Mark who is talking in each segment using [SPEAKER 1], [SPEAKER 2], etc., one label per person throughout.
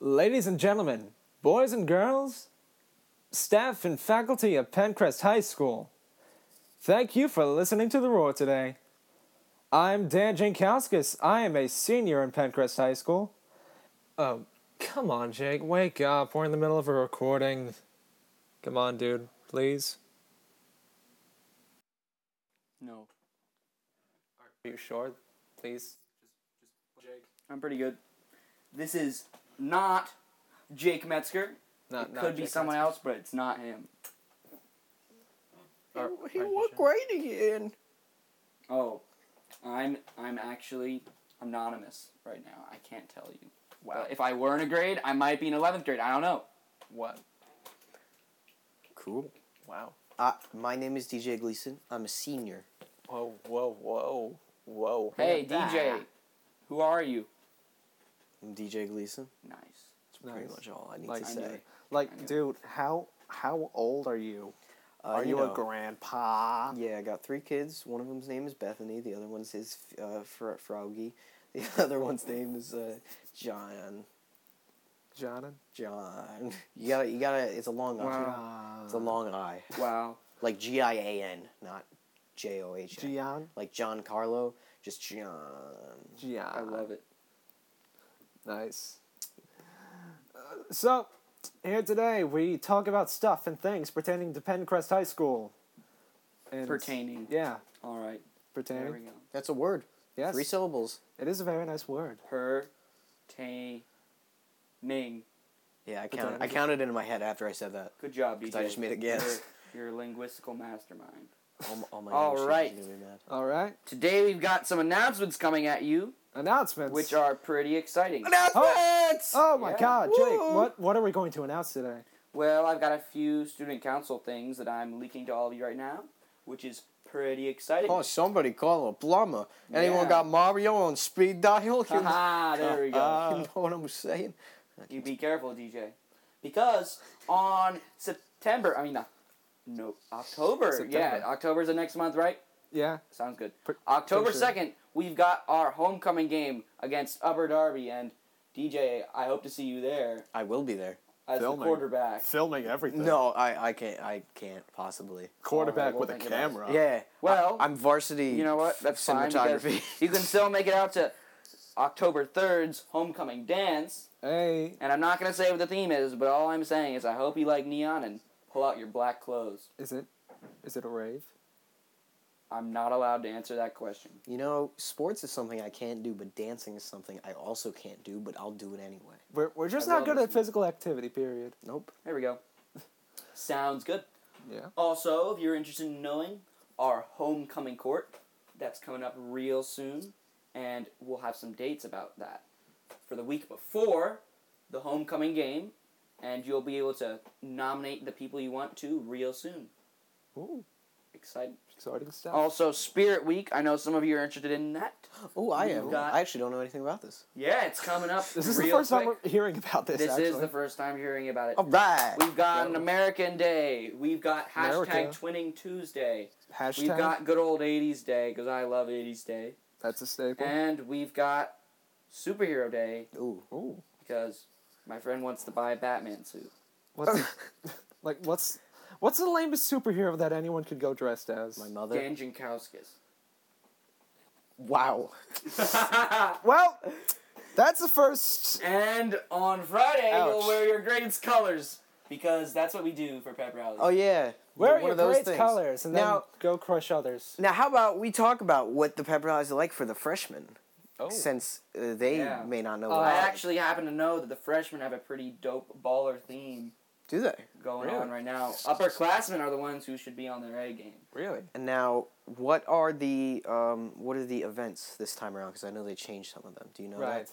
[SPEAKER 1] Ladies and gentlemen, boys and girls, staff and faculty of Pencrest High School, thank you for listening to The Roar today. I'm Dan Jankowskis. I am a senior in Pencrest High School. Oh, come on, Jake, wake up. We're in the middle of a recording. Come on, dude, please.
[SPEAKER 2] No,
[SPEAKER 1] Are you sure? Please.
[SPEAKER 2] I'm pretty good. This is not Jake Metzger.
[SPEAKER 1] Not,
[SPEAKER 2] it
[SPEAKER 1] not
[SPEAKER 2] could be
[SPEAKER 1] Jake,
[SPEAKER 2] someone
[SPEAKER 1] that's-
[SPEAKER 2] else, but it's not him.
[SPEAKER 1] Are-
[SPEAKER 3] He
[SPEAKER 1] are you
[SPEAKER 3] looked
[SPEAKER 1] sure? Uh,
[SPEAKER 3] great again.
[SPEAKER 2] Oh, I'm I'm actually anonymous right now. I can't tell you. Well, if I were in a grade, I might be in eleventh grade. I don't know.
[SPEAKER 1] What?
[SPEAKER 3] Cool.
[SPEAKER 1] Wow.
[SPEAKER 3] Uh, my name is DJ Gleason. I'm a senior.
[SPEAKER 1] Whoa, whoa, whoa, whoa.
[SPEAKER 2] Hey
[SPEAKER 3] Yeah.
[SPEAKER 2] DJ, who are you?
[SPEAKER 3] I'm DJ Gleason.
[SPEAKER 2] Nice.
[SPEAKER 3] That's pretty much all I need
[SPEAKER 1] Like,
[SPEAKER 3] to
[SPEAKER 2] I knew
[SPEAKER 3] say.
[SPEAKER 2] it. I
[SPEAKER 1] Like,
[SPEAKER 2] know.
[SPEAKER 1] dude, how how old are you?
[SPEAKER 3] Uh,
[SPEAKER 1] Are you,
[SPEAKER 3] know,
[SPEAKER 1] a grandpa?
[SPEAKER 3] Yeah, I got three kids. One of them's name is Bethany. The other one's his uh, Fr- Froggy. The other one's name is uh, John.
[SPEAKER 1] John?
[SPEAKER 3] John. You gotta, you gotta. It's a long I.
[SPEAKER 2] Wow.
[SPEAKER 1] Uh,
[SPEAKER 3] It's a long I.
[SPEAKER 2] Wow.
[SPEAKER 3] Like G I A N, not J O H. N.
[SPEAKER 1] Gian?
[SPEAKER 3] Like John Carlo, just John.
[SPEAKER 1] Gian.
[SPEAKER 3] Ah.
[SPEAKER 2] I love it.
[SPEAKER 1] Nice. Uh, so, here today we talk about stuff and things pertaining to Pencrest High School. And
[SPEAKER 2] Pertaining.
[SPEAKER 1] Yeah,
[SPEAKER 2] All right. There we
[SPEAKER 1] pertaining.
[SPEAKER 2] go.
[SPEAKER 3] That's a word.
[SPEAKER 1] Yes,
[SPEAKER 3] Three syllables.
[SPEAKER 1] it is a very nice word.
[SPEAKER 2] Pertaining.
[SPEAKER 3] Yeah, I
[SPEAKER 1] But
[SPEAKER 3] counted.
[SPEAKER 1] then-
[SPEAKER 3] I counted it in my head after I said that.
[SPEAKER 2] Good job, DJ.
[SPEAKER 3] 'Cause I just made a guess.
[SPEAKER 2] You're, you're a linguistical mastermind.
[SPEAKER 3] All, m- all my
[SPEAKER 2] All
[SPEAKER 3] English teachers
[SPEAKER 2] right.
[SPEAKER 3] are gonna be mad.
[SPEAKER 1] All right.
[SPEAKER 2] Today we've got some announcements coming at you,
[SPEAKER 1] Announcements.
[SPEAKER 2] which are pretty exciting.
[SPEAKER 1] Oh my
[SPEAKER 2] Yeah.
[SPEAKER 1] God, Jake!
[SPEAKER 3] Woo.
[SPEAKER 1] What what are we going to announce today?
[SPEAKER 2] Well, I've got a few student council things that I'm leaking to all of you right now, which is pretty exciting.
[SPEAKER 3] Oh, somebody call a plumber. Anyone
[SPEAKER 2] Yeah.
[SPEAKER 3] got Mario on speed dial? You know,
[SPEAKER 2] Haha,
[SPEAKER 3] Ah,
[SPEAKER 2] there we go.
[SPEAKER 3] you
[SPEAKER 1] Ah.
[SPEAKER 3] know what I'm saying?
[SPEAKER 2] you be careful, DJ. Because on September, I mean, uh, no, October. Yeah,
[SPEAKER 1] September.
[SPEAKER 2] October's the next month, right?
[SPEAKER 1] Yeah.
[SPEAKER 2] Sounds good.
[SPEAKER 1] Pre-
[SPEAKER 2] October
[SPEAKER 1] pretty sure.
[SPEAKER 2] 2nd, we've got our homecoming game against Upper Darby, and DJ, I hope to see you there
[SPEAKER 3] I will be there.
[SPEAKER 2] as the
[SPEAKER 4] Filming.
[SPEAKER 2] quarterback.
[SPEAKER 4] filming everything.
[SPEAKER 3] No, I, I can't. I can't possibly.
[SPEAKER 4] Quarterback
[SPEAKER 2] Alright,
[SPEAKER 4] with
[SPEAKER 2] we'll
[SPEAKER 4] a
[SPEAKER 2] think about it.
[SPEAKER 4] camera.
[SPEAKER 3] Yeah.
[SPEAKER 2] Well,
[SPEAKER 3] I, am varsity.
[SPEAKER 2] You know what?
[SPEAKER 3] f-
[SPEAKER 2] That's fine. because
[SPEAKER 3] cinematography.
[SPEAKER 2] You can still make it out to October 3rd's homecoming dance.
[SPEAKER 1] Hey,
[SPEAKER 2] And I'm not going to say what the theme is, but all I'm saying is I hope you like neon and pull out your black clothes.
[SPEAKER 1] is it is it a rave?
[SPEAKER 2] I'm not allowed to answer that question.
[SPEAKER 3] you know, sports is something I can't do, but dancing is something I also can't do, but I'll do it anyway.
[SPEAKER 1] We're we're just
[SPEAKER 2] I
[SPEAKER 1] not
[SPEAKER 2] will
[SPEAKER 1] good at
[SPEAKER 2] listen.
[SPEAKER 1] physical activity. Period.
[SPEAKER 3] Nope.
[SPEAKER 2] There we go. Sounds good.
[SPEAKER 1] Yeah.
[SPEAKER 2] Also, if you're interested in knowing our homecoming court, that's coming up real soon, and we'll have some dates about that for the week before the homecoming game, and you'll be able to nominate the people you want to real soon.
[SPEAKER 1] Ooh,
[SPEAKER 2] Excited.
[SPEAKER 1] exciting stuff.
[SPEAKER 2] Also, Spirit Week. I know some of you are interested in that.
[SPEAKER 3] Oh, I
[SPEAKER 2] You've
[SPEAKER 3] am.
[SPEAKER 2] got-
[SPEAKER 3] I actually don't know anything about this.
[SPEAKER 2] Yeah, it's coming up.
[SPEAKER 1] This is the
[SPEAKER 2] real
[SPEAKER 1] first time
[SPEAKER 2] quick.
[SPEAKER 1] we're hearing about this.
[SPEAKER 2] This
[SPEAKER 1] actually. Oh,
[SPEAKER 2] is the first time hearing about it.
[SPEAKER 3] All right.
[SPEAKER 2] We've got an American Day. We've got hashtag
[SPEAKER 1] America.
[SPEAKER 2] Twinning Tuesday.
[SPEAKER 1] hashtag.
[SPEAKER 2] We've got good old 80s day because I love 80s day.
[SPEAKER 1] That's a staple.
[SPEAKER 2] And we've got superhero day
[SPEAKER 3] Ooh.
[SPEAKER 1] Ooh,
[SPEAKER 2] because my friend wants to buy a Batman suit.
[SPEAKER 1] what's like what's what's the lamest superhero that anyone could go dressed as?
[SPEAKER 3] My mother.
[SPEAKER 2] Dan Jankowskis.
[SPEAKER 3] Wow.
[SPEAKER 1] Well, that's the first.
[SPEAKER 2] and on Friday,
[SPEAKER 1] Ouch.
[SPEAKER 2] you'll wear your greatest colors because that's what we do for pep rallies.
[SPEAKER 3] Oh yeah.
[SPEAKER 1] Wear
[SPEAKER 3] One
[SPEAKER 1] your
[SPEAKER 3] of those
[SPEAKER 1] great
[SPEAKER 3] things.
[SPEAKER 1] colors and
[SPEAKER 3] Now-
[SPEAKER 1] then go crush others.
[SPEAKER 3] Now, how about we talk about what the pep rallies are like for the freshmen,
[SPEAKER 1] Oh,
[SPEAKER 3] since uh, they
[SPEAKER 2] Yeah.
[SPEAKER 3] may not know.
[SPEAKER 1] Uh,
[SPEAKER 3] what
[SPEAKER 2] I
[SPEAKER 3] it's like.
[SPEAKER 2] actually happen to know that the freshmen have a pretty dope baller theme
[SPEAKER 3] do they
[SPEAKER 2] going
[SPEAKER 3] Really?
[SPEAKER 2] on right now. Upperclassmen are the ones who should be on their A game.
[SPEAKER 1] really?
[SPEAKER 3] And now, what are the um, what are the events this time around? Because I know they changed some of them. Do you know
[SPEAKER 1] Right.
[SPEAKER 3] that?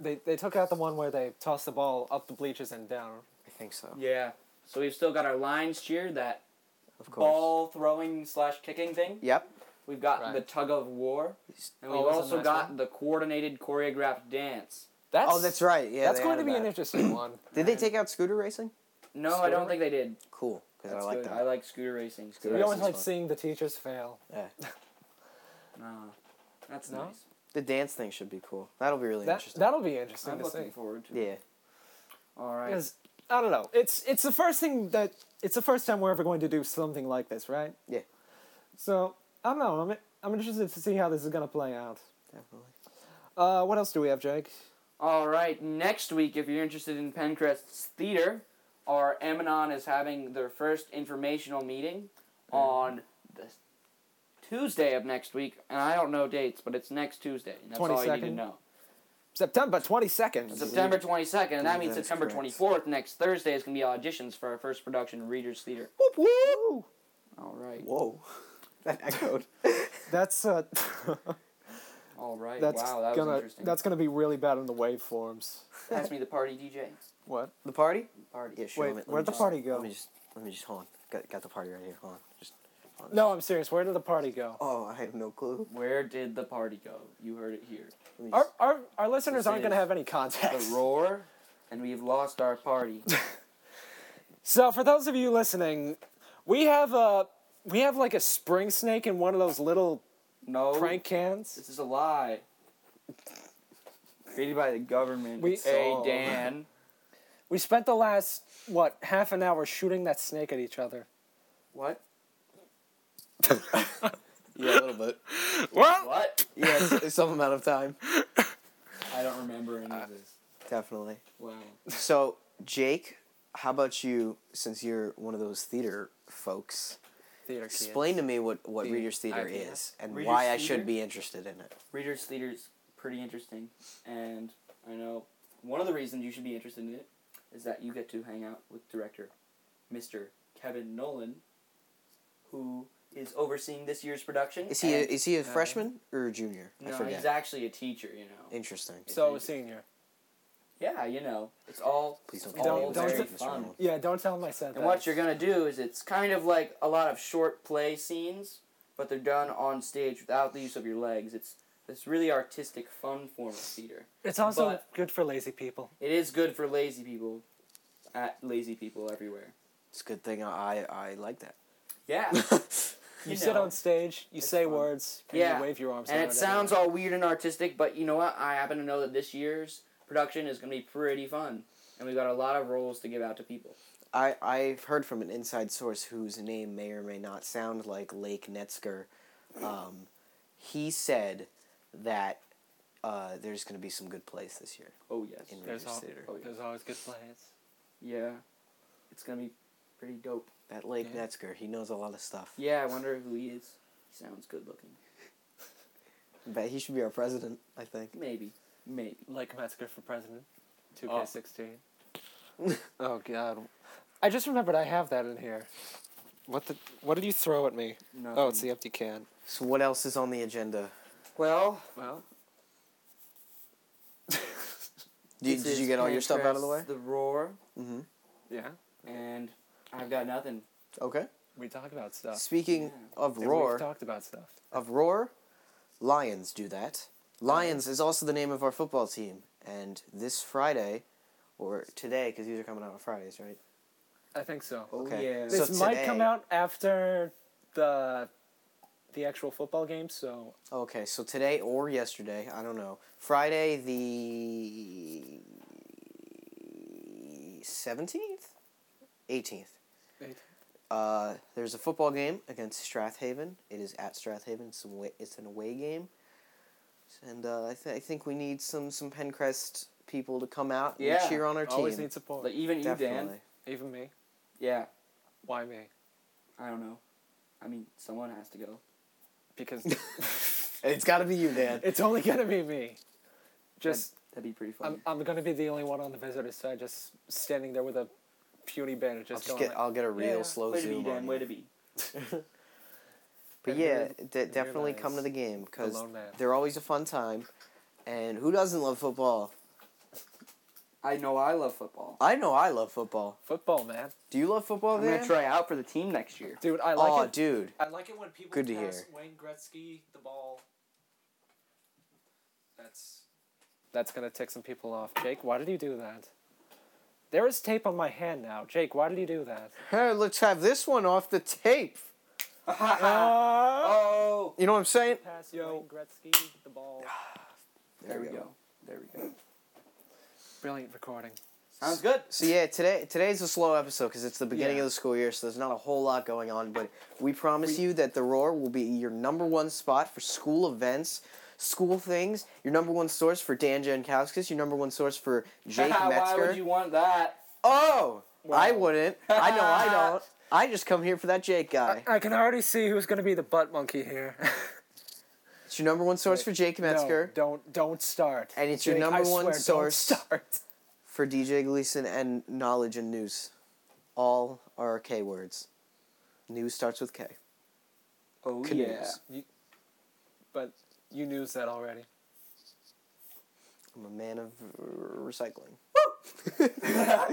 [SPEAKER 1] They they took out the one where they toss the ball up the bleachers and down.
[SPEAKER 3] I think so.
[SPEAKER 2] Yeah. So we've still got our lines cheer, that
[SPEAKER 3] Of course.
[SPEAKER 2] ball throwing slash kicking thing.
[SPEAKER 3] Yep.
[SPEAKER 2] We've got
[SPEAKER 1] Right.
[SPEAKER 2] the tug of war, and we've
[SPEAKER 1] Oh, that's a
[SPEAKER 2] also
[SPEAKER 1] nice
[SPEAKER 2] got
[SPEAKER 1] one.
[SPEAKER 2] the coordinated choreographed dance.
[SPEAKER 1] That's
[SPEAKER 3] Oh, that's right. Yeah.
[SPEAKER 1] that's
[SPEAKER 3] they
[SPEAKER 1] going to be
[SPEAKER 3] added
[SPEAKER 1] an
[SPEAKER 3] that.
[SPEAKER 1] interesting one.
[SPEAKER 3] Did they take out scooter racing?
[SPEAKER 2] No, I
[SPEAKER 1] Scooter
[SPEAKER 2] don't think they did.
[SPEAKER 3] Cool. Because I
[SPEAKER 2] That's
[SPEAKER 3] like
[SPEAKER 2] good.
[SPEAKER 3] that.
[SPEAKER 2] I like scooter racing.
[SPEAKER 3] Scooter
[SPEAKER 1] We
[SPEAKER 3] That's
[SPEAKER 1] always
[SPEAKER 3] this
[SPEAKER 1] like
[SPEAKER 3] one.
[SPEAKER 1] seeing the teachers fail.
[SPEAKER 3] Yeah.
[SPEAKER 2] No, Ah, that's
[SPEAKER 1] No?
[SPEAKER 2] nice.
[SPEAKER 3] The dance thing should be cool. That'll be really
[SPEAKER 1] That
[SPEAKER 3] interesting.
[SPEAKER 1] that'll be interesting
[SPEAKER 2] I'm
[SPEAKER 1] to see.
[SPEAKER 2] looking forward to. it.
[SPEAKER 3] yeah.
[SPEAKER 2] All right.
[SPEAKER 1] Because I don't know. It's it's the first thing that it's the first time we're ever going to do something like this, right?
[SPEAKER 3] Yeah.
[SPEAKER 1] So I don't know. I'm I'm interested to see how this is gonna play out.
[SPEAKER 3] Definitely.
[SPEAKER 1] Uh, what else do we have, Jake?
[SPEAKER 2] All right. Next week, if you're interested in Pencrest's theater, our Aminon is having their first informational meeting
[SPEAKER 1] Hmm.
[SPEAKER 2] on the Tuesday of next week, and I don't know dates, but it's next Tuesday. And that's all you need to
[SPEAKER 1] 22nd?
[SPEAKER 2] know.
[SPEAKER 1] September twenty second.
[SPEAKER 2] September 22nd, and that means
[SPEAKER 3] That is
[SPEAKER 2] September
[SPEAKER 3] correct.
[SPEAKER 2] 24th, next Thursday, is going to be auditions for our first production, Reader's Theater.
[SPEAKER 1] Woo!
[SPEAKER 2] All right.
[SPEAKER 3] Whoa. that echoed.
[SPEAKER 1] That's uh,
[SPEAKER 2] All right.
[SPEAKER 1] that's
[SPEAKER 2] wow, that was
[SPEAKER 1] gonna
[SPEAKER 2] interesting.
[SPEAKER 1] that's gonna be really bad on the waveforms.
[SPEAKER 2] Pass me the party, DJ.
[SPEAKER 1] What?
[SPEAKER 3] The party?
[SPEAKER 2] Party.
[SPEAKER 3] Yeah, sure.
[SPEAKER 1] Wait,
[SPEAKER 3] let me- let me
[SPEAKER 1] where'd the
[SPEAKER 3] just-
[SPEAKER 1] party go?
[SPEAKER 3] Let me just, let me just, hold on. Got, got the party right here. Hold on. Just, hold on.
[SPEAKER 1] No, I'm serious. Where did the party go?
[SPEAKER 3] Oh, I have no clue.
[SPEAKER 2] Where did the party go? You heard it here.
[SPEAKER 3] Let me
[SPEAKER 1] Our
[SPEAKER 3] just-
[SPEAKER 1] our, our listeners
[SPEAKER 2] This
[SPEAKER 1] aren't gonna
[SPEAKER 2] is
[SPEAKER 1] have any context.
[SPEAKER 2] The roar, and we've lost our party.
[SPEAKER 1] So for those of you listening, we have a we have like a spring snake in one of those little
[SPEAKER 2] No.
[SPEAKER 1] prank cans.
[SPEAKER 2] This is a lie. Created by the government.
[SPEAKER 1] We-
[SPEAKER 2] hey,
[SPEAKER 1] Oh.
[SPEAKER 2] Dan.
[SPEAKER 1] We spent the last what half an hour shooting that snake at each other.
[SPEAKER 2] What?
[SPEAKER 3] yeah, a little bit.
[SPEAKER 1] Well,
[SPEAKER 2] What?
[SPEAKER 3] Yes, some amount of time.
[SPEAKER 2] I don't remember any of this.
[SPEAKER 3] Definitely.
[SPEAKER 2] Wow.
[SPEAKER 3] So, Jake, how about you, since you're one of those theater folks,
[SPEAKER 1] theater
[SPEAKER 3] explain to me what, what
[SPEAKER 1] The
[SPEAKER 3] Reader's Theater
[SPEAKER 2] idea.
[SPEAKER 3] is and
[SPEAKER 2] Reader's
[SPEAKER 3] why I
[SPEAKER 2] Theater?
[SPEAKER 3] should be interested in it.
[SPEAKER 2] Reader's Theater's pretty interesting, and I know one of the reasons you should be interested in it is that you get to hang out with director Mr. Kevin Nolan, who is overseeing this year's production.
[SPEAKER 3] Is he a,
[SPEAKER 2] and-
[SPEAKER 3] is he a
[SPEAKER 1] uh,
[SPEAKER 3] freshman or a junior? I
[SPEAKER 2] no,
[SPEAKER 3] forget.
[SPEAKER 2] he's actually a teacher, you know.
[SPEAKER 3] Interesting.
[SPEAKER 1] So a senior.
[SPEAKER 2] Yeah, you know, it's all
[SPEAKER 3] Please don't
[SPEAKER 2] it's
[SPEAKER 1] tell me
[SPEAKER 2] all
[SPEAKER 1] it was
[SPEAKER 2] very
[SPEAKER 1] Jake,
[SPEAKER 3] Mr.
[SPEAKER 2] fun.
[SPEAKER 3] Nolan.
[SPEAKER 1] Yeah, don't tell him I said that.
[SPEAKER 2] And what you're gonna do is it's kind of like a lot of short play scenes, but they're done on stage without the use of your legs. It's it's really artistic, fun form of theater.
[SPEAKER 1] It's also
[SPEAKER 2] but-
[SPEAKER 1] good for lazy people.
[SPEAKER 2] It is good for lazy people, at lazy people everywhere.
[SPEAKER 3] It's a good thing I, I like that.
[SPEAKER 2] Yeah,
[SPEAKER 1] You, sit
[SPEAKER 2] know.
[SPEAKER 1] on stage, you
[SPEAKER 2] It's
[SPEAKER 1] say
[SPEAKER 2] fun.
[SPEAKER 1] words, and
[SPEAKER 2] Yeah.
[SPEAKER 1] you wave your arms.
[SPEAKER 2] and
[SPEAKER 1] around
[SPEAKER 2] it sounds
[SPEAKER 1] everyone.
[SPEAKER 2] all weird and artistic, but you know what? I happen to know that this year's production is gonna be pretty fun, and we got a lot of roles to give out to people.
[SPEAKER 3] I, I've heard from an inside source whose name may or may not sound like Lake Netzker. Um, he said that uh, there's going to be some good plays this year
[SPEAKER 2] Oh yes.
[SPEAKER 3] in
[SPEAKER 1] There's
[SPEAKER 3] Reader's
[SPEAKER 1] al-
[SPEAKER 3] Theater.
[SPEAKER 2] Oh, yeah.
[SPEAKER 1] There's always good plays.
[SPEAKER 2] Yeah, it's gonna be pretty dope.
[SPEAKER 3] That Lake
[SPEAKER 1] Yeah.
[SPEAKER 3] Netzker, he knows a lot of stuff.
[SPEAKER 2] Yeah, I wonder who he is. He sounds good looking.
[SPEAKER 3] But he should be our president, I think.
[SPEAKER 2] Maybe, maybe.
[SPEAKER 1] Like Metzger for president, two
[SPEAKER 2] Oh.
[SPEAKER 1] K sixteen. Oh God, I just remembered I have that in here. What the? What did you throw at me?
[SPEAKER 2] No.
[SPEAKER 1] Oh, it's the empty can.
[SPEAKER 3] So what else is on the agenda?
[SPEAKER 2] Well,
[SPEAKER 1] Well,
[SPEAKER 3] Did,
[SPEAKER 2] this
[SPEAKER 3] did you
[SPEAKER 2] is
[SPEAKER 3] get all your stuff out of the way?
[SPEAKER 2] Pancras, The roar,
[SPEAKER 3] Mm-hmm.
[SPEAKER 1] yeah,
[SPEAKER 2] and I've got nothing.
[SPEAKER 3] Okay.
[SPEAKER 1] we talk about stuff.
[SPEAKER 3] Speaking
[SPEAKER 2] Yeah.
[SPEAKER 3] of
[SPEAKER 1] And We've
[SPEAKER 3] roar,
[SPEAKER 1] talked about stuff.
[SPEAKER 3] of roar, Lions do that. Lions is also the name of our football team, and this Friday, or today, because these are coming out on Fridays, right?
[SPEAKER 1] I think so.
[SPEAKER 2] Oh,
[SPEAKER 3] Okay.
[SPEAKER 2] yeah.
[SPEAKER 3] So
[SPEAKER 1] this might
[SPEAKER 3] today-
[SPEAKER 1] come out after the the actual football game, so
[SPEAKER 3] Okay, so today or yesterday, I don't know. Friday the seventeenth, eighteenth. Uh, there's a football game against Strathaven. It is at Strathaven. It's, an away, it's an away game. And uh, I, th- I think we need some, some Pencrest people to come out and
[SPEAKER 2] Yeah,
[SPEAKER 3] cheer on our team.
[SPEAKER 1] always need support.
[SPEAKER 2] Like even you, Dan.
[SPEAKER 3] Definitely.
[SPEAKER 1] Even me.
[SPEAKER 2] Yeah,
[SPEAKER 1] Why me?
[SPEAKER 2] I don't know. I mean, someone has to go.
[SPEAKER 1] Because
[SPEAKER 3] It's got to be you, Dan.
[SPEAKER 1] it's only gonna be me. Just
[SPEAKER 2] That'd be pretty funny.
[SPEAKER 3] Um,
[SPEAKER 1] I'm I'm gonna be the only one on the visitor side, just standing there with a puny banner,
[SPEAKER 3] I'll,
[SPEAKER 1] just
[SPEAKER 3] just
[SPEAKER 1] going.
[SPEAKER 3] get,
[SPEAKER 1] like,
[SPEAKER 3] I'll get a real
[SPEAKER 1] yeah,
[SPEAKER 3] slow
[SPEAKER 2] way to be,
[SPEAKER 3] zoom
[SPEAKER 2] Dan.
[SPEAKER 3] on
[SPEAKER 2] Way
[SPEAKER 3] you.
[SPEAKER 2] to be.
[SPEAKER 3] But
[SPEAKER 1] And here-
[SPEAKER 3] yeah,
[SPEAKER 1] and
[SPEAKER 3] de-
[SPEAKER 1] here
[SPEAKER 3] definitely
[SPEAKER 1] lies
[SPEAKER 3] come to the game
[SPEAKER 1] the
[SPEAKER 3] because
[SPEAKER 1] lone man.
[SPEAKER 3] they're always a fun time. And who doesn't love football?
[SPEAKER 2] I know I love football.
[SPEAKER 3] I know I love football.
[SPEAKER 1] Football, man,
[SPEAKER 3] Do you love football,
[SPEAKER 2] I'm gonna
[SPEAKER 3] Dan?
[SPEAKER 2] try out for the team next year.
[SPEAKER 1] dude. I like
[SPEAKER 3] oh,
[SPEAKER 1] it.
[SPEAKER 3] dude.
[SPEAKER 1] I like it when people
[SPEAKER 3] Good to
[SPEAKER 1] pass
[SPEAKER 3] hear.
[SPEAKER 1] Wayne Gretzky the ball. That's that's gonna tick some people off. Jake, why did you do that? There is tape on my hand now. Jake, why did you do that?
[SPEAKER 3] Hey, let's have this one off the tape.
[SPEAKER 1] Ah.
[SPEAKER 2] oh,
[SPEAKER 3] You know what I'm saying?
[SPEAKER 1] pass
[SPEAKER 2] Yo.
[SPEAKER 1] Wayne Gretzky the ball.
[SPEAKER 2] there we go. There we go.
[SPEAKER 1] Brilliant recording.
[SPEAKER 2] Sounds good.
[SPEAKER 3] So yeah, today today's a slow episode because it's the beginning
[SPEAKER 2] Yeah.
[SPEAKER 3] of the school year, so there's not a whole lot going on. But we promise
[SPEAKER 2] We-
[SPEAKER 3] you that the Roar will be your number one spot for school events, school things. Your number one source for Dan Jankowskis. Your number one source for Jake
[SPEAKER 2] Why
[SPEAKER 3] Metzger.
[SPEAKER 2] would you want that?
[SPEAKER 3] oh, I
[SPEAKER 2] Wow.
[SPEAKER 3] wouldn't. I know I don't. I just come here for that Jake guy.
[SPEAKER 1] I can already see who's going to be the butt monkey here.
[SPEAKER 3] It's your number one source for Jake Metzger
[SPEAKER 1] No, don't don't start.
[SPEAKER 3] And it's your
[SPEAKER 1] Jake,
[SPEAKER 3] number
[SPEAKER 1] I
[SPEAKER 3] one
[SPEAKER 1] swear,
[SPEAKER 3] source.
[SPEAKER 1] Don't start.
[SPEAKER 3] for DJ Gleason and knowledge and news. All are K words. News starts with K.
[SPEAKER 2] Oh
[SPEAKER 3] Canoes.
[SPEAKER 2] yeah.
[SPEAKER 1] But you knew that already.
[SPEAKER 3] I'm a man of uh, recycling.
[SPEAKER 2] By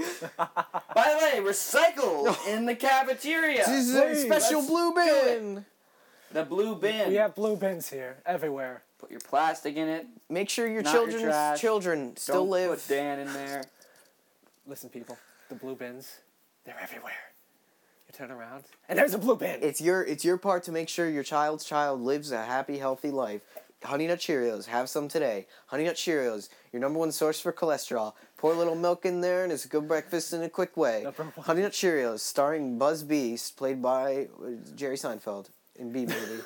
[SPEAKER 2] the way, recycle in the cafeteria.
[SPEAKER 3] This is
[SPEAKER 1] please,
[SPEAKER 3] a special
[SPEAKER 1] let's
[SPEAKER 3] blue bin.
[SPEAKER 2] The blue bin.
[SPEAKER 1] We have blue bins here everywhere.
[SPEAKER 2] Put your plastic in it.
[SPEAKER 3] Make sure your
[SPEAKER 2] Not your
[SPEAKER 3] children's
[SPEAKER 2] trash.
[SPEAKER 3] children still
[SPEAKER 2] Don't
[SPEAKER 3] live.
[SPEAKER 2] Put Dan in there.
[SPEAKER 1] Listen, people, the blue bins, they're everywhere. You turn around, and there's a blue bin.
[SPEAKER 3] It's your it's your part to make sure your child's child lives a happy, healthy life. Honey Nut Cheerios, have some today. Honey Nut Cheerios, your number one source for cholesterol. Pour a little milk in there, and it's a good breakfast in a quick way.
[SPEAKER 1] Number one.
[SPEAKER 3] Honey Nut Cheerios, starring Buzz Beast, played by uh, Jerry Seinfeld in B Movie.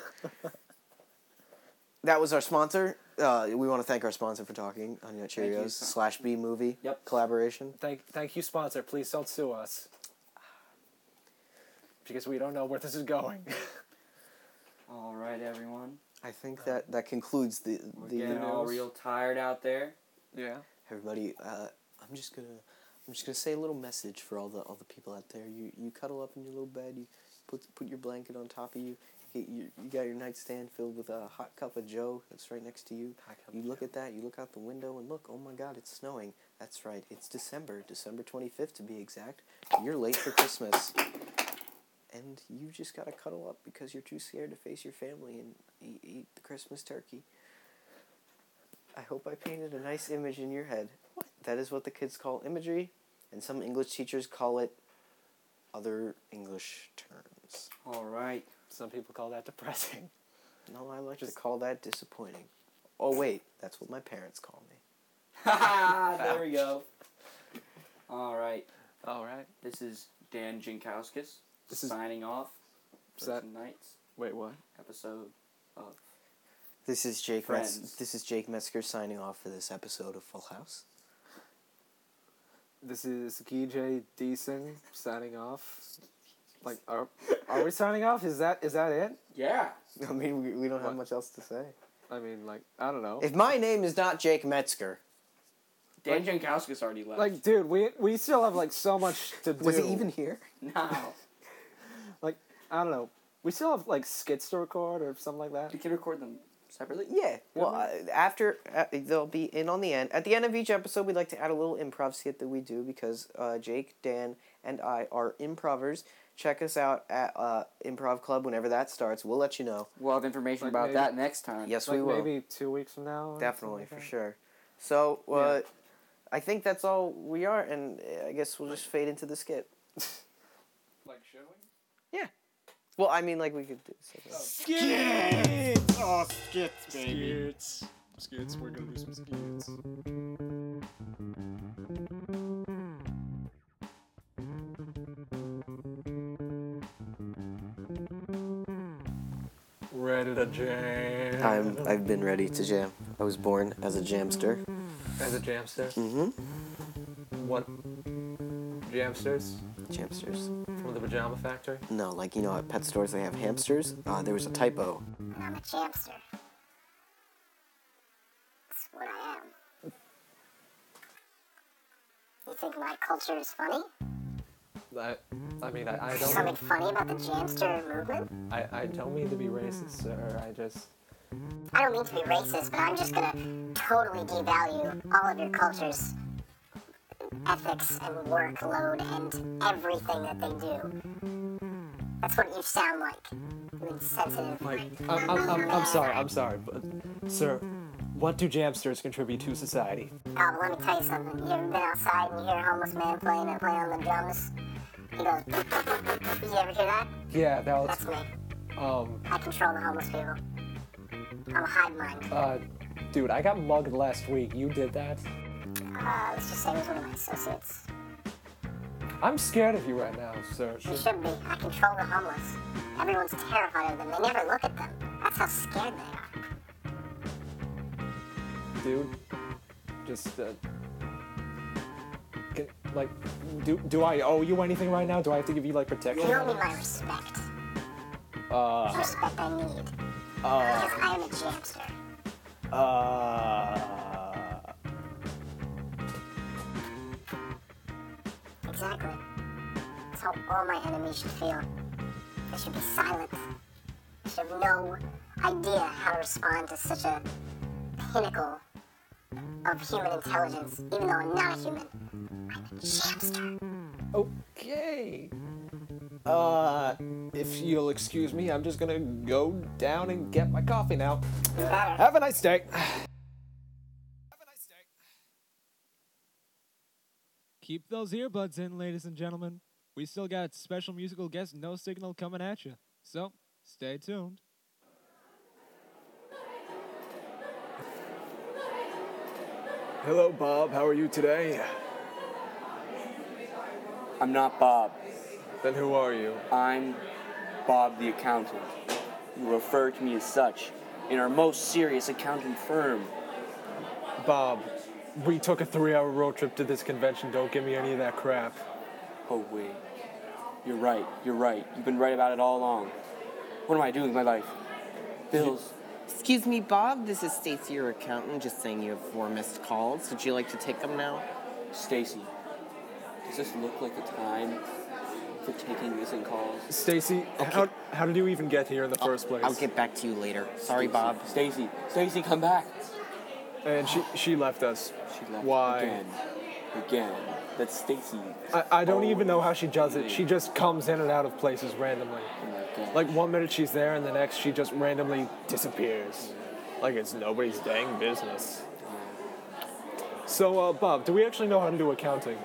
[SPEAKER 3] that was our sponsor. Uh, we want to thank our sponsor for talking Honey Nut
[SPEAKER 2] Thank you,
[SPEAKER 3] Cheerios
[SPEAKER 2] spon-
[SPEAKER 3] slash B Movie
[SPEAKER 2] Yep.
[SPEAKER 3] collaboration.
[SPEAKER 1] Thank, thank you, sponsor. Please don't sue us. Because we don't know where this is going.
[SPEAKER 2] All right, everyone.
[SPEAKER 3] I think that that concludes the
[SPEAKER 2] Uh, We're
[SPEAKER 3] the
[SPEAKER 2] getting all real tired out there.
[SPEAKER 1] yeah.
[SPEAKER 3] everybody uh, i'm just gonna i'm just gonna say a little message for all the all the people out there you you cuddle up in your little bed you put put your blanket on top of you you, you, you got your nightstand filled with a hot cup of joe that's right next to you you look at that you look out the window and look oh my god it's snowing that's right it's december december 25th to be exact you're late for christmas and you just gotta cuddle up because you're too scared to face your family and eat, eat the christmas turkey I hope I painted a nice image in your head. That is what the kids call imagery, and some English teachers call it other English terms.
[SPEAKER 2] All right.
[SPEAKER 1] Some people call that depressing.
[SPEAKER 3] No, I like
[SPEAKER 1] Just-
[SPEAKER 3] to call that disappointing. Oh, wait, that's what my parents call me.
[SPEAKER 2] there we go. All right.
[SPEAKER 1] All right.
[SPEAKER 2] This is Dan Jankowskis
[SPEAKER 1] This is-
[SPEAKER 2] signing off
[SPEAKER 1] Is
[SPEAKER 2] for
[SPEAKER 1] that-
[SPEAKER 2] tonight's
[SPEAKER 1] Wait, what?
[SPEAKER 2] episode of
[SPEAKER 3] This is Jake Metz-
[SPEAKER 2] Friends.
[SPEAKER 3] This is Jake Metzger signing off for this episode of Full House.
[SPEAKER 1] This is J Deason signing off. Like, are, are we signing off? Is that is that it?
[SPEAKER 2] Yeah.
[SPEAKER 3] I mean, we, we don't
[SPEAKER 1] What?
[SPEAKER 3] have much else to say.
[SPEAKER 1] I mean, like, I don't know.
[SPEAKER 3] If my name is not Jake Metzger,
[SPEAKER 2] Dan Jankowskis already left.
[SPEAKER 1] like, dude, we we still have like so much to do.
[SPEAKER 3] was he even here?
[SPEAKER 2] now.
[SPEAKER 1] Like, I don't know. We still have like skits to record or something like that.
[SPEAKER 2] You can record them separately.
[SPEAKER 3] Yeah. Well, uh, after uh, they'll be in on the end. At the end of each episode, we'd like to add a little improv skit that we do because uh, Jake, Dan, and I are improvers. Check us out at uh, Improv Club whenever that starts. We'll let you know.
[SPEAKER 2] We'll have information
[SPEAKER 1] Like
[SPEAKER 2] about
[SPEAKER 1] maybe-
[SPEAKER 2] that next time.
[SPEAKER 3] Yes,
[SPEAKER 1] Like
[SPEAKER 3] we will.
[SPEAKER 1] maybe two weeks from now. or
[SPEAKER 3] Definitely
[SPEAKER 1] something
[SPEAKER 3] for
[SPEAKER 1] like
[SPEAKER 3] sure. So, uh, I think that's all we are, and uh, I guess we'll just fade into the skit.
[SPEAKER 2] Like, should we?
[SPEAKER 3] Well, I mean, like we could do.
[SPEAKER 5] Skits! Oh, skits,
[SPEAKER 1] that.
[SPEAKER 5] baby.
[SPEAKER 1] Skits. Skits. We're gonna do some skits. Ready to jam.
[SPEAKER 3] I'm. I've been ready to jam. I was born as a jamster.
[SPEAKER 1] As a jamster.
[SPEAKER 3] Mm-hmm.
[SPEAKER 1] What? Jamsters
[SPEAKER 3] Jamsters.
[SPEAKER 1] from the Pajama Factory.
[SPEAKER 3] No, like you know, at pet stores they have hamsters. Uh, there was a typo.
[SPEAKER 6] I'm a champster. That's what I am. You think my culture is funny?
[SPEAKER 1] I, I mean, I, I
[SPEAKER 6] There's
[SPEAKER 1] don't.
[SPEAKER 6] something funny about the jamster movement?
[SPEAKER 1] I, I don't mean to be racist, sir. I just.
[SPEAKER 6] I don't mean to be racist, but I'm just gonna totally devalue all of your cultures, ethics, and workload, and everything that they do. That's what you sound like. You insensitive.
[SPEAKER 1] Like, I'm, I'm, I'm, I'm sorry, I'm sorry, but. Sir, what do jamsters contribute to society?
[SPEAKER 6] Oh, but let me tell you something. You ever been outside and you hear a homeless man playing and playing on the drums? He goes. you ever hear that?
[SPEAKER 1] Yeah, that
[SPEAKER 6] That's
[SPEAKER 1] was.
[SPEAKER 6] me.
[SPEAKER 1] Um,
[SPEAKER 6] I control the homeless people. I'm a hive mind.
[SPEAKER 1] uh, dude, I got mugged last week. You did that?
[SPEAKER 6] I Uh, let's just say it was one of my associates.
[SPEAKER 1] I'm scared of you right now, Serge.
[SPEAKER 6] You should be. I control the homeless. Everyone's terrified of them. They never look at them. That's how scared they are.
[SPEAKER 1] dude. Just uh, can, like, do do I owe you anything right now? Do I have to give you like protection?
[SPEAKER 6] You owe me my respect.
[SPEAKER 1] Uh,
[SPEAKER 6] Respect I need. because I am a jamster.
[SPEAKER 1] uh,
[SPEAKER 6] Exactly. That's how all my enemies should feel. They should be silent. They should have no idea how to respond to such a pinnacle of human intelligence, even though I'm not a human. I'm a jamster.
[SPEAKER 1] okay. Uh, if you'll excuse me, I'm just gonna go down and get my coffee now.
[SPEAKER 6] You better.
[SPEAKER 1] Have a nice day. Keep those earbuds in, ladies and gentlemen. We still got special musical guest No Signal coming at you. So, stay tuned. Hello, Bob. How are you today?
[SPEAKER 2] I'm not Bob.
[SPEAKER 1] Then who are you?
[SPEAKER 2] I'm Bob the accountant. You refer to me as such in our most serious accounting firm.
[SPEAKER 1] Bob, we took a three hour road trip to this convention. Don't give me any of that crap.
[SPEAKER 2] Oh, wait. You're right. You're right. You've been right about it all along. What am I doing with my life? Bills.
[SPEAKER 3] Excuse me, Bob. This is Stacy, your accountant. Just saying you have four missed calls. Would you like to take them now?
[SPEAKER 2] Stacy. Does this look like the time for taking missing calls?
[SPEAKER 1] Stacy, how, how did you even Oh, get here in the first place?
[SPEAKER 3] I'll get back to you later. Sorry,
[SPEAKER 2] Stacy,
[SPEAKER 3] Bob.
[SPEAKER 2] Stacy. Stacy, come back.
[SPEAKER 1] And she, she left us.
[SPEAKER 2] She left
[SPEAKER 1] Why?
[SPEAKER 2] again. Again. That's Stacy.
[SPEAKER 1] I, I don't even know how she does it.
[SPEAKER 2] Always.
[SPEAKER 1] She just comes in and out of places randomly.
[SPEAKER 2] Oh my God.
[SPEAKER 1] Like one minute she's there, and the next she just randomly disappears. Like it's nobody's dang business. So, uh, Bob, do we actually know how to do accounting?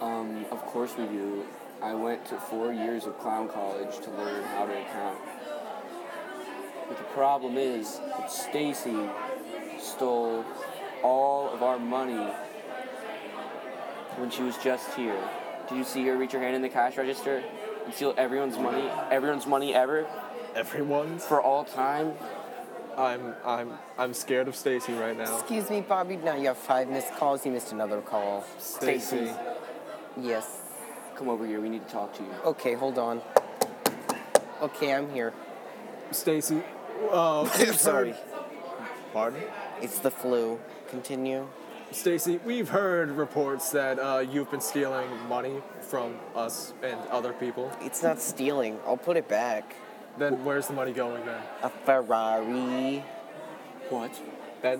[SPEAKER 2] Um, of course we do. I went to four years of clown college to learn how to account. But the problem is that Stacy stole all of our money when she was just here. Did you see her reach her hand in the cash register and steal everyone's money? Everyone's money ever?
[SPEAKER 1] Everyone's.
[SPEAKER 2] For all time?
[SPEAKER 1] I'm I'm I'm scared of Stacy right now.
[SPEAKER 3] Excuse me, Bobby. Now you have five missed calls. You missed another call.
[SPEAKER 1] Stacy.
[SPEAKER 3] Yes.
[SPEAKER 2] Come over here, we need to talk to you.
[SPEAKER 3] Okay, hold on. Okay, I'm here.
[SPEAKER 1] Stacy. Uh,
[SPEAKER 3] I'm sorry.
[SPEAKER 1] Pardon.
[SPEAKER 3] It's the flu. Continue.
[SPEAKER 1] Stacy, we've heard reports that uh, you've been stealing money from us and other people.
[SPEAKER 3] It's not stealing. I'll put it back.
[SPEAKER 1] Then where's the money going then?
[SPEAKER 3] A Ferrari.
[SPEAKER 2] What?
[SPEAKER 1] That.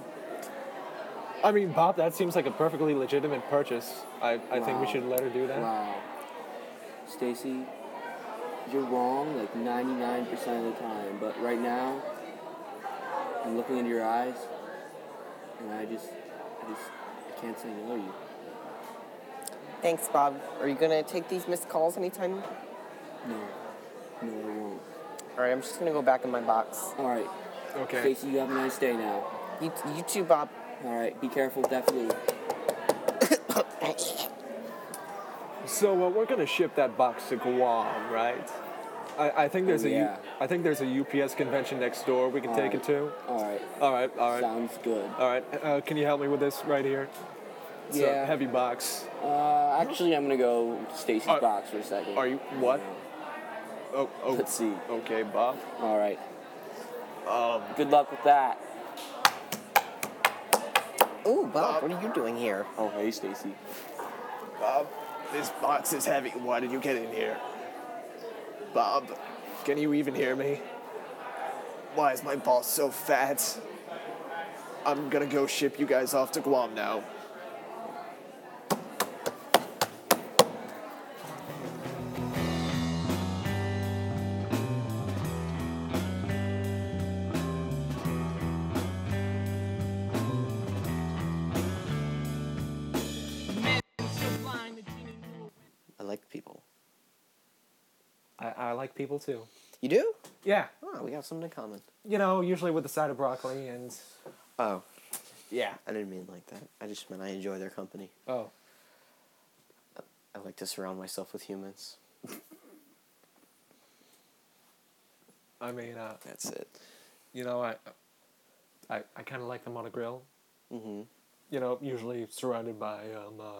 [SPEAKER 1] I mean, Bob, that seems like a perfectly legitimate purchase. I, I think we
[SPEAKER 2] Wow.
[SPEAKER 1] should let her do that.
[SPEAKER 2] Wow. Stacy, you're wrong like 99% of the time, but right now, I'm looking into your eyes, and I just, I just, I can't say no to you.
[SPEAKER 3] Thanks, Bob. Are you gonna take these missed calls anytime?
[SPEAKER 2] No. No, I won't.
[SPEAKER 3] All right, I'm just gonna go back in my box.
[SPEAKER 2] All right,
[SPEAKER 1] Okay.
[SPEAKER 2] Stacy, you have a nice day now.
[SPEAKER 3] You, you too, Bob.
[SPEAKER 2] All right, be careful with that flu.
[SPEAKER 1] So uh, we're gonna ship that box to Guam, right? I, I think there's a U-
[SPEAKER 2] yeah.
[SPEAKER 1] I think there's a UPS convention next door we can take it to.
[SPEAKER 2] All right,
[SPEAKER 1] All right, all right,
[SPEAKER 2] sounds good.
[SPEAKER 1] all right. Uh, can you help me with this right here? It's a
[SPEAKER 2] Yeah.
[SPEAKER 1] heavy box.
[SPEAKER 2] Uh, actually, I'm gonna go to Stacy's
[SPEAKER 1] Are-
[SPEAKER 2] box for a second.
[SPEAKER 1] Are you what? Oh, oh.
[SPEAKER 2] Let's see.
[SPEAKER 1] Okay, Bob.
[SPEAKER 2] All right.
[SPEAKER 1] Um,
[SPEAKER 2] good luck with that.
[SPEAKER 3] Ooh, Bob, what are you doing here?
[SPEAKER 2] Oh, hey, Stacy.
[SPEAKER 1] Bob, this box is heavy. Why did you get in here? Bob, can you even hear me? Why is my boss so fat? I'm gonna go ship you guys off to Guam now.
[SPEAKER 3] I like people.
[SPEAKER 1] I, I like people too.
[SPEAKER 3] You do?
[SPEAKER 1] Yeah.
[SPEAKER 3] Oh, we have something in common.
[SPEAKER 1] You know, usually with a side of broccoli and
[SPEAKER 3] Oh.
[SPEAKER 1] Yeah.
[SPEAKER 3] I didn't mean like that. I just meant I enjoy their company.
[SPEAKER 1] Oh.
[SPEAKER 3] I like to surround myself with humans.
[SPEAKER 1] I mean, uh,
[SPEAKER 3] That's it.
[SPEAKER 1] you know, I, I, I kind of like them on a grill.
[SPEAKER 3] Mm-hmm.
[SPEAKER 1] You know, usually surrounded by um, uh,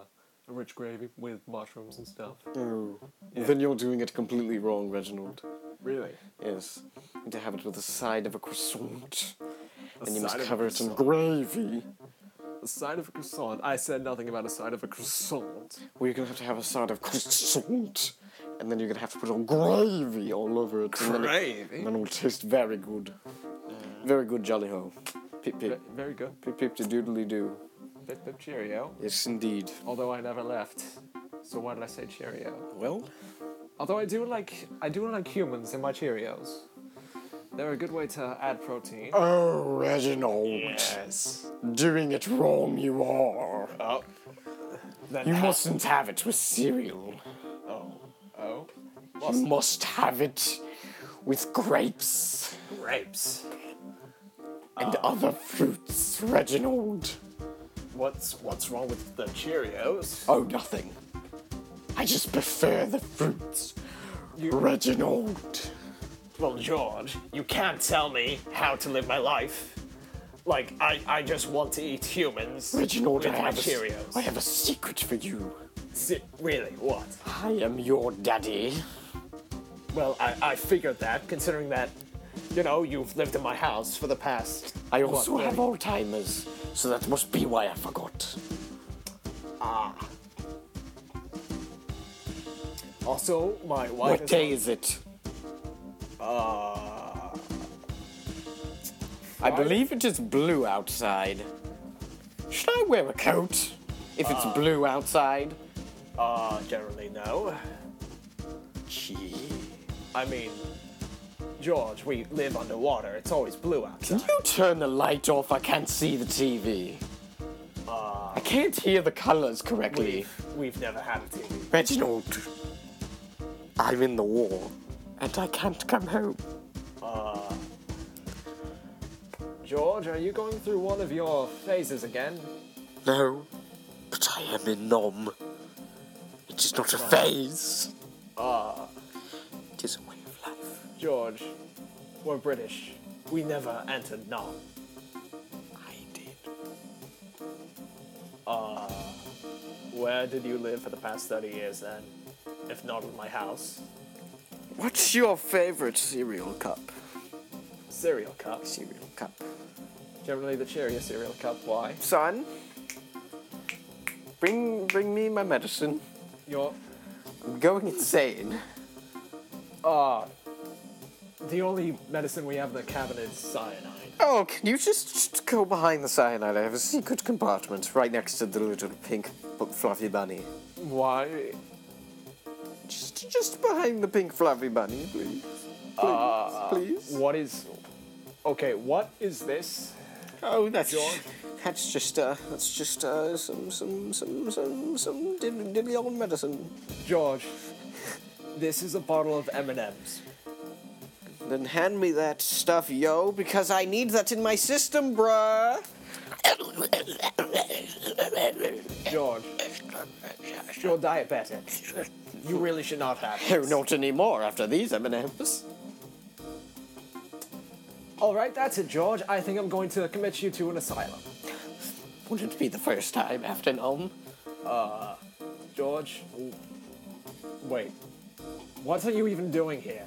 [SPEAKER 1] rich gravy with mushrooms and stuff.
[SPEAKER 5] Oh.
[SPEAKER 1] Yeah.
[SPEAKER 5] Then you're doing it completely wrong, Reginald.
[SPEAKER 1] Really?
[SPEAKER 5] Yes. You need to have it with the side of a croissant. and you must
[SPEAKER 1] side of a
[SPEAKER 5] cover it in gravy.
[SPEAKER 1] A side of a croissant. I said nothing about a side of a croissant.
[SPEAKER 5] Well, you're gonna have to have a side of croissant. And then you're gonna have to put on gravy all over it. And then it-
[SPEAKER 1] Gravy?
[SPEAKER 5] and then it'll taste very good. Very good, Jolly Ho. Pip
[SPEAKER 1] Ve-
[SPEAKER 5] pip.
[SPEAKER 1] Very good.
[SPEAKER 5] Pip pip to doodly doo.
[SPEAKER 1] Bip bip cheerio.
[SPEAKER 5] Yes, indeed.
[SPEAKER 1] Although I never left. So why did I say cheerio?
[SPEAKER 5] Well,
[SPEAKER 1] Although I do like I do like humans in my Cheerios. They're a good way to add protein.
[SPEAKER 5] oh, Reginald. Doing it wrong, you are.
[SPEAKER 1] Oh. Then
[SPEAKER 5] You
[SPEAKER 1] ha-
[SPEAKER 5] mustn't have it with cereal.
[SPEAKER 1] Oh. Oh.
[SPEAKER 5] You must have it with grapes
[SPEAKER 1] Grapes.
[SPEAKER 5] and
[SPEAKER 1] Ah.
[SPEAKER 5] other fruits, Reginald.
[SPEAKER 1] What's what's wrong with the Cheerios?
[SPEAKER 5] Oh, nothing. I just prefer the fruits, Reginald.
[SPEAKER 7] Well, George, you can't tell me how to live my life. Like, I, I just want to eat humans.
[SPEAKER 5] Reginald,
[SPEAKER 7] with
[SPEAKER 5] I
[SPEAKER 7] my
[SPEAKER 5] have, a,
[SPEAKER 7] Cheerios.
[SPEAKER 5] s- I have a secret for you.
[SPEAKER 7] Si- really, what?
[SPEAKER 5] I am your daddy.
[SPEAKER 7] Well, I, I figured that, considering that, you know, you've lived in my house for the past.
[SPEAKER 5] I also
[SPEAKER 7] what,
[SPEAKER 5] have Alzheimer's, so that must be why I forgot.
[SPEAKER 7] Also, my wife.
[SPEAKER 5] what
[SPEAKER 7] is-
[SPEAKER 5] day is it? Uh, I believe it is blue outside. Should I wear a coat if it's blue outside?
[SPEAKER 7] Uh, generally, no.
[SPEAKER 5] Gee.
[SPEAKER 7] I mean, George, we live underwater. It's always blue
[SPEAKER 5] Can
[SPEAKER 7] outside.
[SPEAKER 5] you turn the light off? I can't see the TV. I can't hear the colors correctly.
[SPEAKER 7] We've never had a TV.
[SPEAKER 5] Reginald, I'm in the war, and I can't come home.
[SPEAKER 1] George, are you going through one of your phases again?
[SPEAKER 5] No, but I am in Nom. It is not a phase. Ah. It is a way of life.
[SPEAKER 7] George, we're British. We never entered Nam.
[SPEAKER 5] I did.
[SPEAKER 7] Where did you live for the past 30 years then? If not in my house.
[SPEAKER 3] What's your favorite cereal cup?
[SPEAKER 7] Cereal cups.
[SPEAKER 3] Cereal cup.
[SPEAKER 1] Generally the Cheerio cereal cup. Why?
[SPEAKER 3] Son, bring bring me my medicine.
[SPEAKER 1] Your
[SPEAKER 3] I'm going insane.
[SPEAKER 1] Ah, the only medicine we have in the cabinet is cyanide.
[SPEAKER 3] Oh, can you just, just go behind the cyanide? I have a secret compartment right next to the little pink bu- fluffy bunny.
[SPEAKER 1] Why?
[SPEAKER 3] Just just behind the pink fluffy bunny, please. Please,
[SPEAKER 1] Ah,
[SPEAKER 3] please.
[SPEAKER 1] What is? Okay, what is this?
[SPEAKER 3] Oh, that's that's just uh, that's just uh, some some some some some dib- dibbly old medicine.
[SPEAKER 1] George, this is a bottle of M&M's.
[SPEAKER 3] Then hand me that stuff, yo, because I need that in my system, bruh.
[SPEAKER 1] George, you're diabetic. You really should not have
[SPEAKER 5] Oh,
[SPEAKER 1] this.
[SPEAKER 5] not anymore after these M&Ms.
[SPEAKER 1] All right, that's it, George. I think I'm going to commit you to an asylum.
[SPEAKER 5] Wouldn't it be the first time after Nom.
[SPEAKER 1] George, w- wait. What are you even doing here?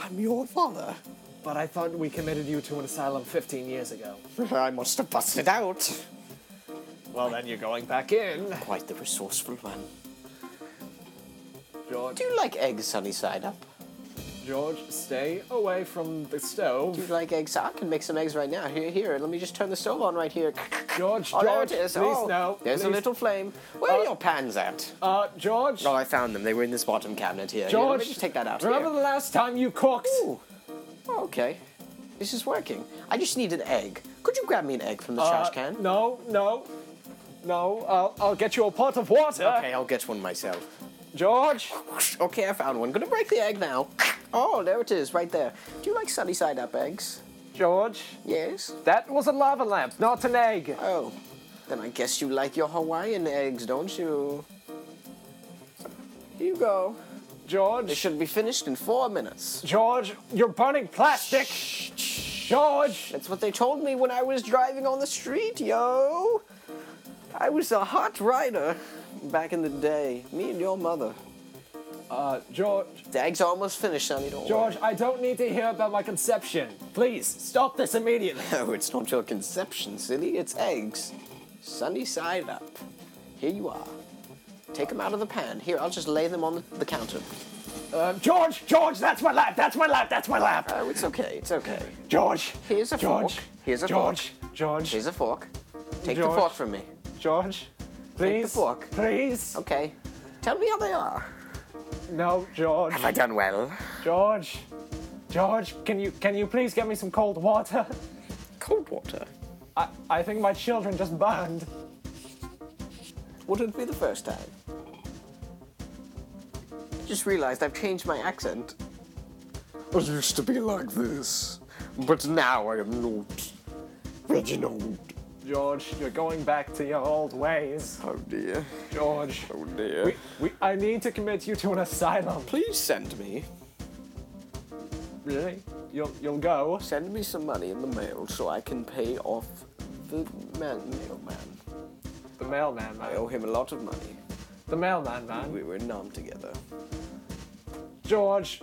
[SPEAKER 5] I'm your father.
[SPEAKER 1] But I thought we committed you to an asylum 15 years ago.
[SPEAKER 5] I must have busted out.
[SPEAKER 1] Well, then you're going back in.
[SPEAKER 5] Quite the resourceful man.
[SPEAKER 1] George,
[SPEAKER 5] Do you like eggs sunny side up?
[SPEAKER 1] George, stay away from the
[SPEAKER 5] Do you
[SPEAKER 1] stove.
[SPEAKER 5] like eggs? I can make some eggs right now. Here, here. Let me just turn the stove on right here.
[SPEAKER 1] George,
[SPEAKER 5] Oh, there
[SPEAKER 1] George,
[SPEAKER 5] it is.
[SPEAKER 1] please
[SPEAKER 5] oh,
[SPEAKER 1] no.
[SPEAKER 5] There's a
[SPEAKER 1] please.
[SPEAKER 5] little flame. Where
[SPEAKER 1] Uh,
[SPEAKER 5] are your pans at?
[SPEAKER 1] Uh, George,
[SPEAKER 5] Oh, I found them. They were in this bottom cabinet here. Here, let
[SPEAKER 1] George,
[SPEAKER 5] me just take that out.
[SPEAKER 1] remember the last time you cooked?
[SPEAKER 5] here. Ooh. Oh, okay. This is working. I just need an egg. Could you grab me an egg from the trash
[SPEAKER 1] Uh,
[SPEAKER 5] can?
[SPEAKER 1] No, no, no. I'll, I'll get you a pot of water.
[SPEAKER 5] Okay, I'll get one myself.
[SPEAKER 1] George,
[SPEAKER 5] Okay, I found one. Gonna break the egg now.
[SPEAKER 3] Oh, there it is, right there. Do you like sunny side up eggs?
[SPEAKER 4] George?
[SPEAKER 3] Yes?
[SPEAKER 4] That was a lava lamp, not an egg.
[SPEAKER 3] Oh, then I guess you like your Hawaiian eggs, don't you? Here you go. They
[SPEAKER 4] George?
[SPEAKER 3] should be finished in four minutes.
[SPEAKER 4] George, you're burning plastic. George!
[SPEAKER 3] That's what they told me when I was driving on the street, yo. I was a hot rider back in the day. Me and your mother.
[SPEAKER 4] Uh, George,
[SPEAKER 3] The eggs are almost finished, Sonny. Don't
[SPEAKER 4] George, I don't need to hear about my conception. Please, stop this immediately.
[SPEAKER 3] worry. No, it's not your conception, silly. It's eggs. Sunny side up. Here you are. Take them out of the pan. Here, I'll just lay them on the, the counter.
[SPEAKER 4] Um, George, George, that's my lap, that's my lap, that's my lap.
[SPEAKER 3] Oh, it's okay. It's okay.
[SPEAKER 4] George,
[SPEAKER 3] Here's a
[SPEAKER 4] George,
[SPEAKER 3] fork. Here's a
[SPEAKER 4] George,
[SPEAKER 3] fork.
[SPEAKER 4] George,
[SPEAKER 3] Here's a fork. Take the
[SPEAKER 4] George.
[SPEAKER 3] fork from me.
[SPEAKER 4] George, please,
[SPEAKER 3] Take the fork.
[SPEAKER 4] please.
[SPEAKER 3] Okay. Tell me how they are.
[SPEAKER 4] No, George,
[SPEAKER 5] Have I done well?
[SPEAKER 4] George, George, can you can you please get me some cold water?
[SPEAKER 5] Cold water.
[SPEAKER 4] I I think my children just burned.
[SPEAKER 3] Would it be the first time? Just realized I've changed my accent.
[SPEAKER 5] I used to be like this, but now I am not. Reginald.
[SPEAKER 4] George, you're going back to your old ways.
[SPEAKER 5] Oh dear.
[SPEAKER 4] George,
[SPEAKER 5] Oh dear.
[SPEAKER 4] we, we I need to commit you to an asylum.
[SPEAKER 3] Please send me.
[SPEAKER 4] Really? You'll you'll go.
[SPEAKER 3] Send me some money in the mail so I can pay off the man, mailman.
[SPEAKER 4] The mailman
[SPEAKER 3] I
[SPEAKER 4] man.
[SPEAKER 3] owe him a lot of money.
[SPEAKER 4] The mailman man.
[SPEAKER 3] We were in Nam together.
[SPEAKER 4] George,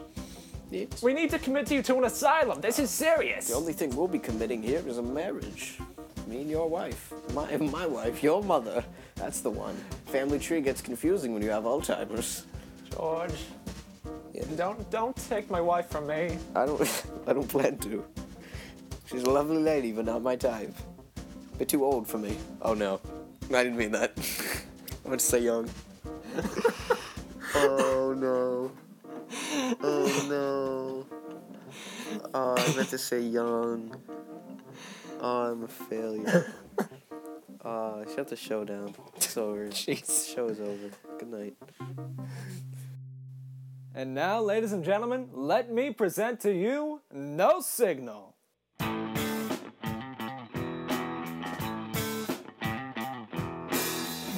[SPEAKER 3] Yes.
[SPEAKER 4] we need to commit you to an asylum. This is serious.
[SPEAKER 3] The only thing we'll be committing here is a marriage. Me and your wife. My, my wife, your mother. That's the one. Family tree gets confusing when you have Alzheimer's.
[SPEAKER 4] George,
[SPEAKER 3] Yeah.
[SPEAKER 4] don't don't take my wife from me.
[SPEAKER 3] I don't. I don't plan to. She's a lovely lady, but not my type. Bit too old for me. Oh no, I didn't mean that. I meant to say young. oh no. Oh no. Oh, I meant to say young. Oh, I'm a failure. Uh, shut the show down. It's over. Jeez. Show is over. Good night.
[SPEAKER 1] And now, ladies and gentlemen, let me present to you No Signal.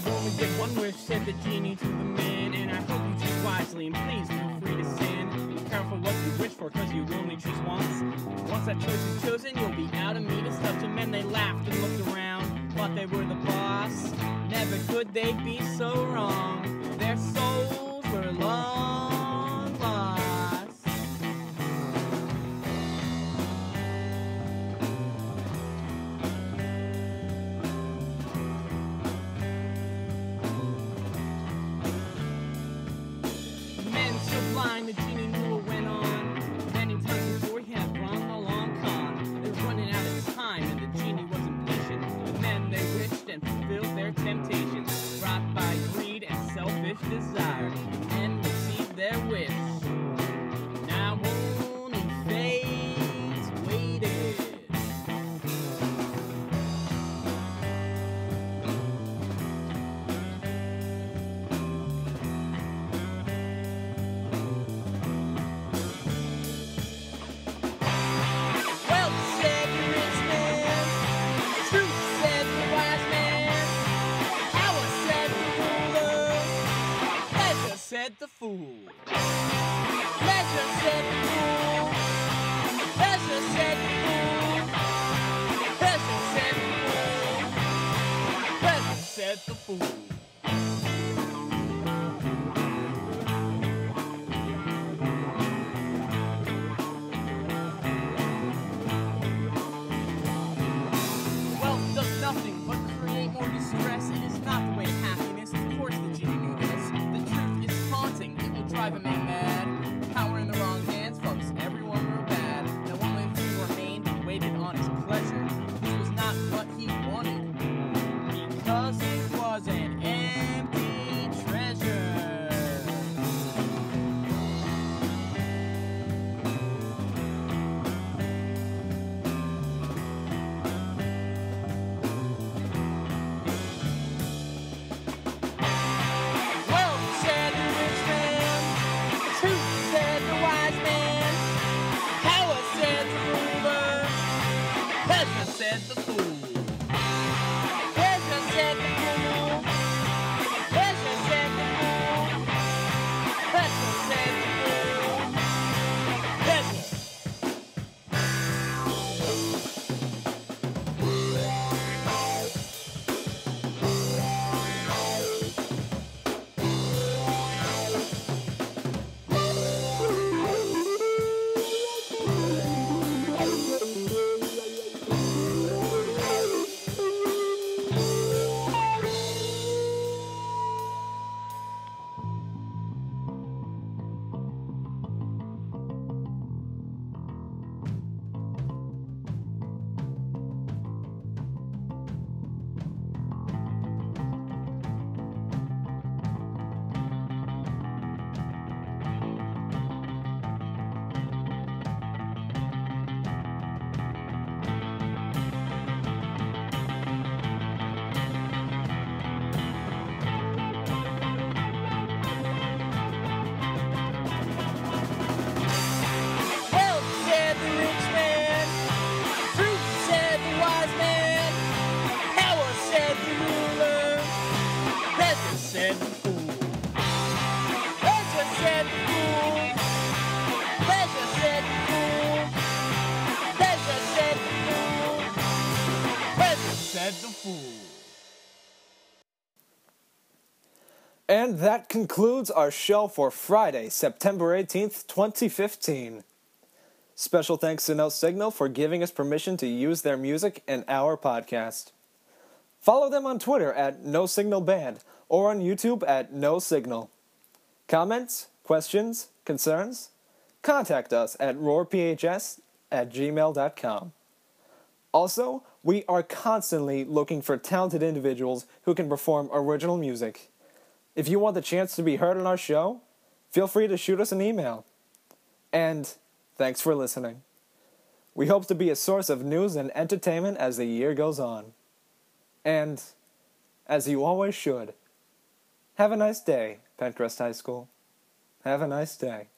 [SPEAKER 8] only get one wish, said the genie to the man, and I hope you choose wisely, and please feel free to sin. Be careful what you wish for, cause you only choose once. Once that choice is chosen, you'll be out of meat and stuff to men. They laughed and looked around, thought they were the boss. Never could they be so wrong. Their souls were long lost. Men so blind, the genie knew what went on. Then in time before he had run a long con. They were running out of time, and the genie was impatient. But then they wished and fulfilled their temptations, brought by greed and selfish desire, and received their wish. Now only fate waited. Well said, you rich man. True said, you wise man. Power said, the ruler. Pleasure said, the fool. Pleasure said, the fool. Pleasure said, the fool. Pleasure said, the fool. Pleasure said, the fool. Wealth does nothing but create more distress. It is not the way to happiness. Of course, the genie knew this. The truth is haunting. It will drive a man mad. Power in the wrong hands fucks everyone real bad. No one lived who remained and waited on his pleasure. This was not what he wanted because he was an
[SPEAKER 1] And that concludes our show for Friday, September 18th, 2015. Special thanks to No Signal for giving us permission to use their music in our podcast. Follow them on Twitter at No Signal Band or on YouTube at No Signal. Comments, questions, concerns? Contact us at roarphs at gmail.com. Also, we are constantly looking for talented individuals who can perform original music. If you want the chance to be heard on our show, feel free to shoot us an email. And thanks for listening. We hope to be a source of news and entertainment as the year goes on. And, as you always should, have a nice day, Pencrest High School. Have a nice day.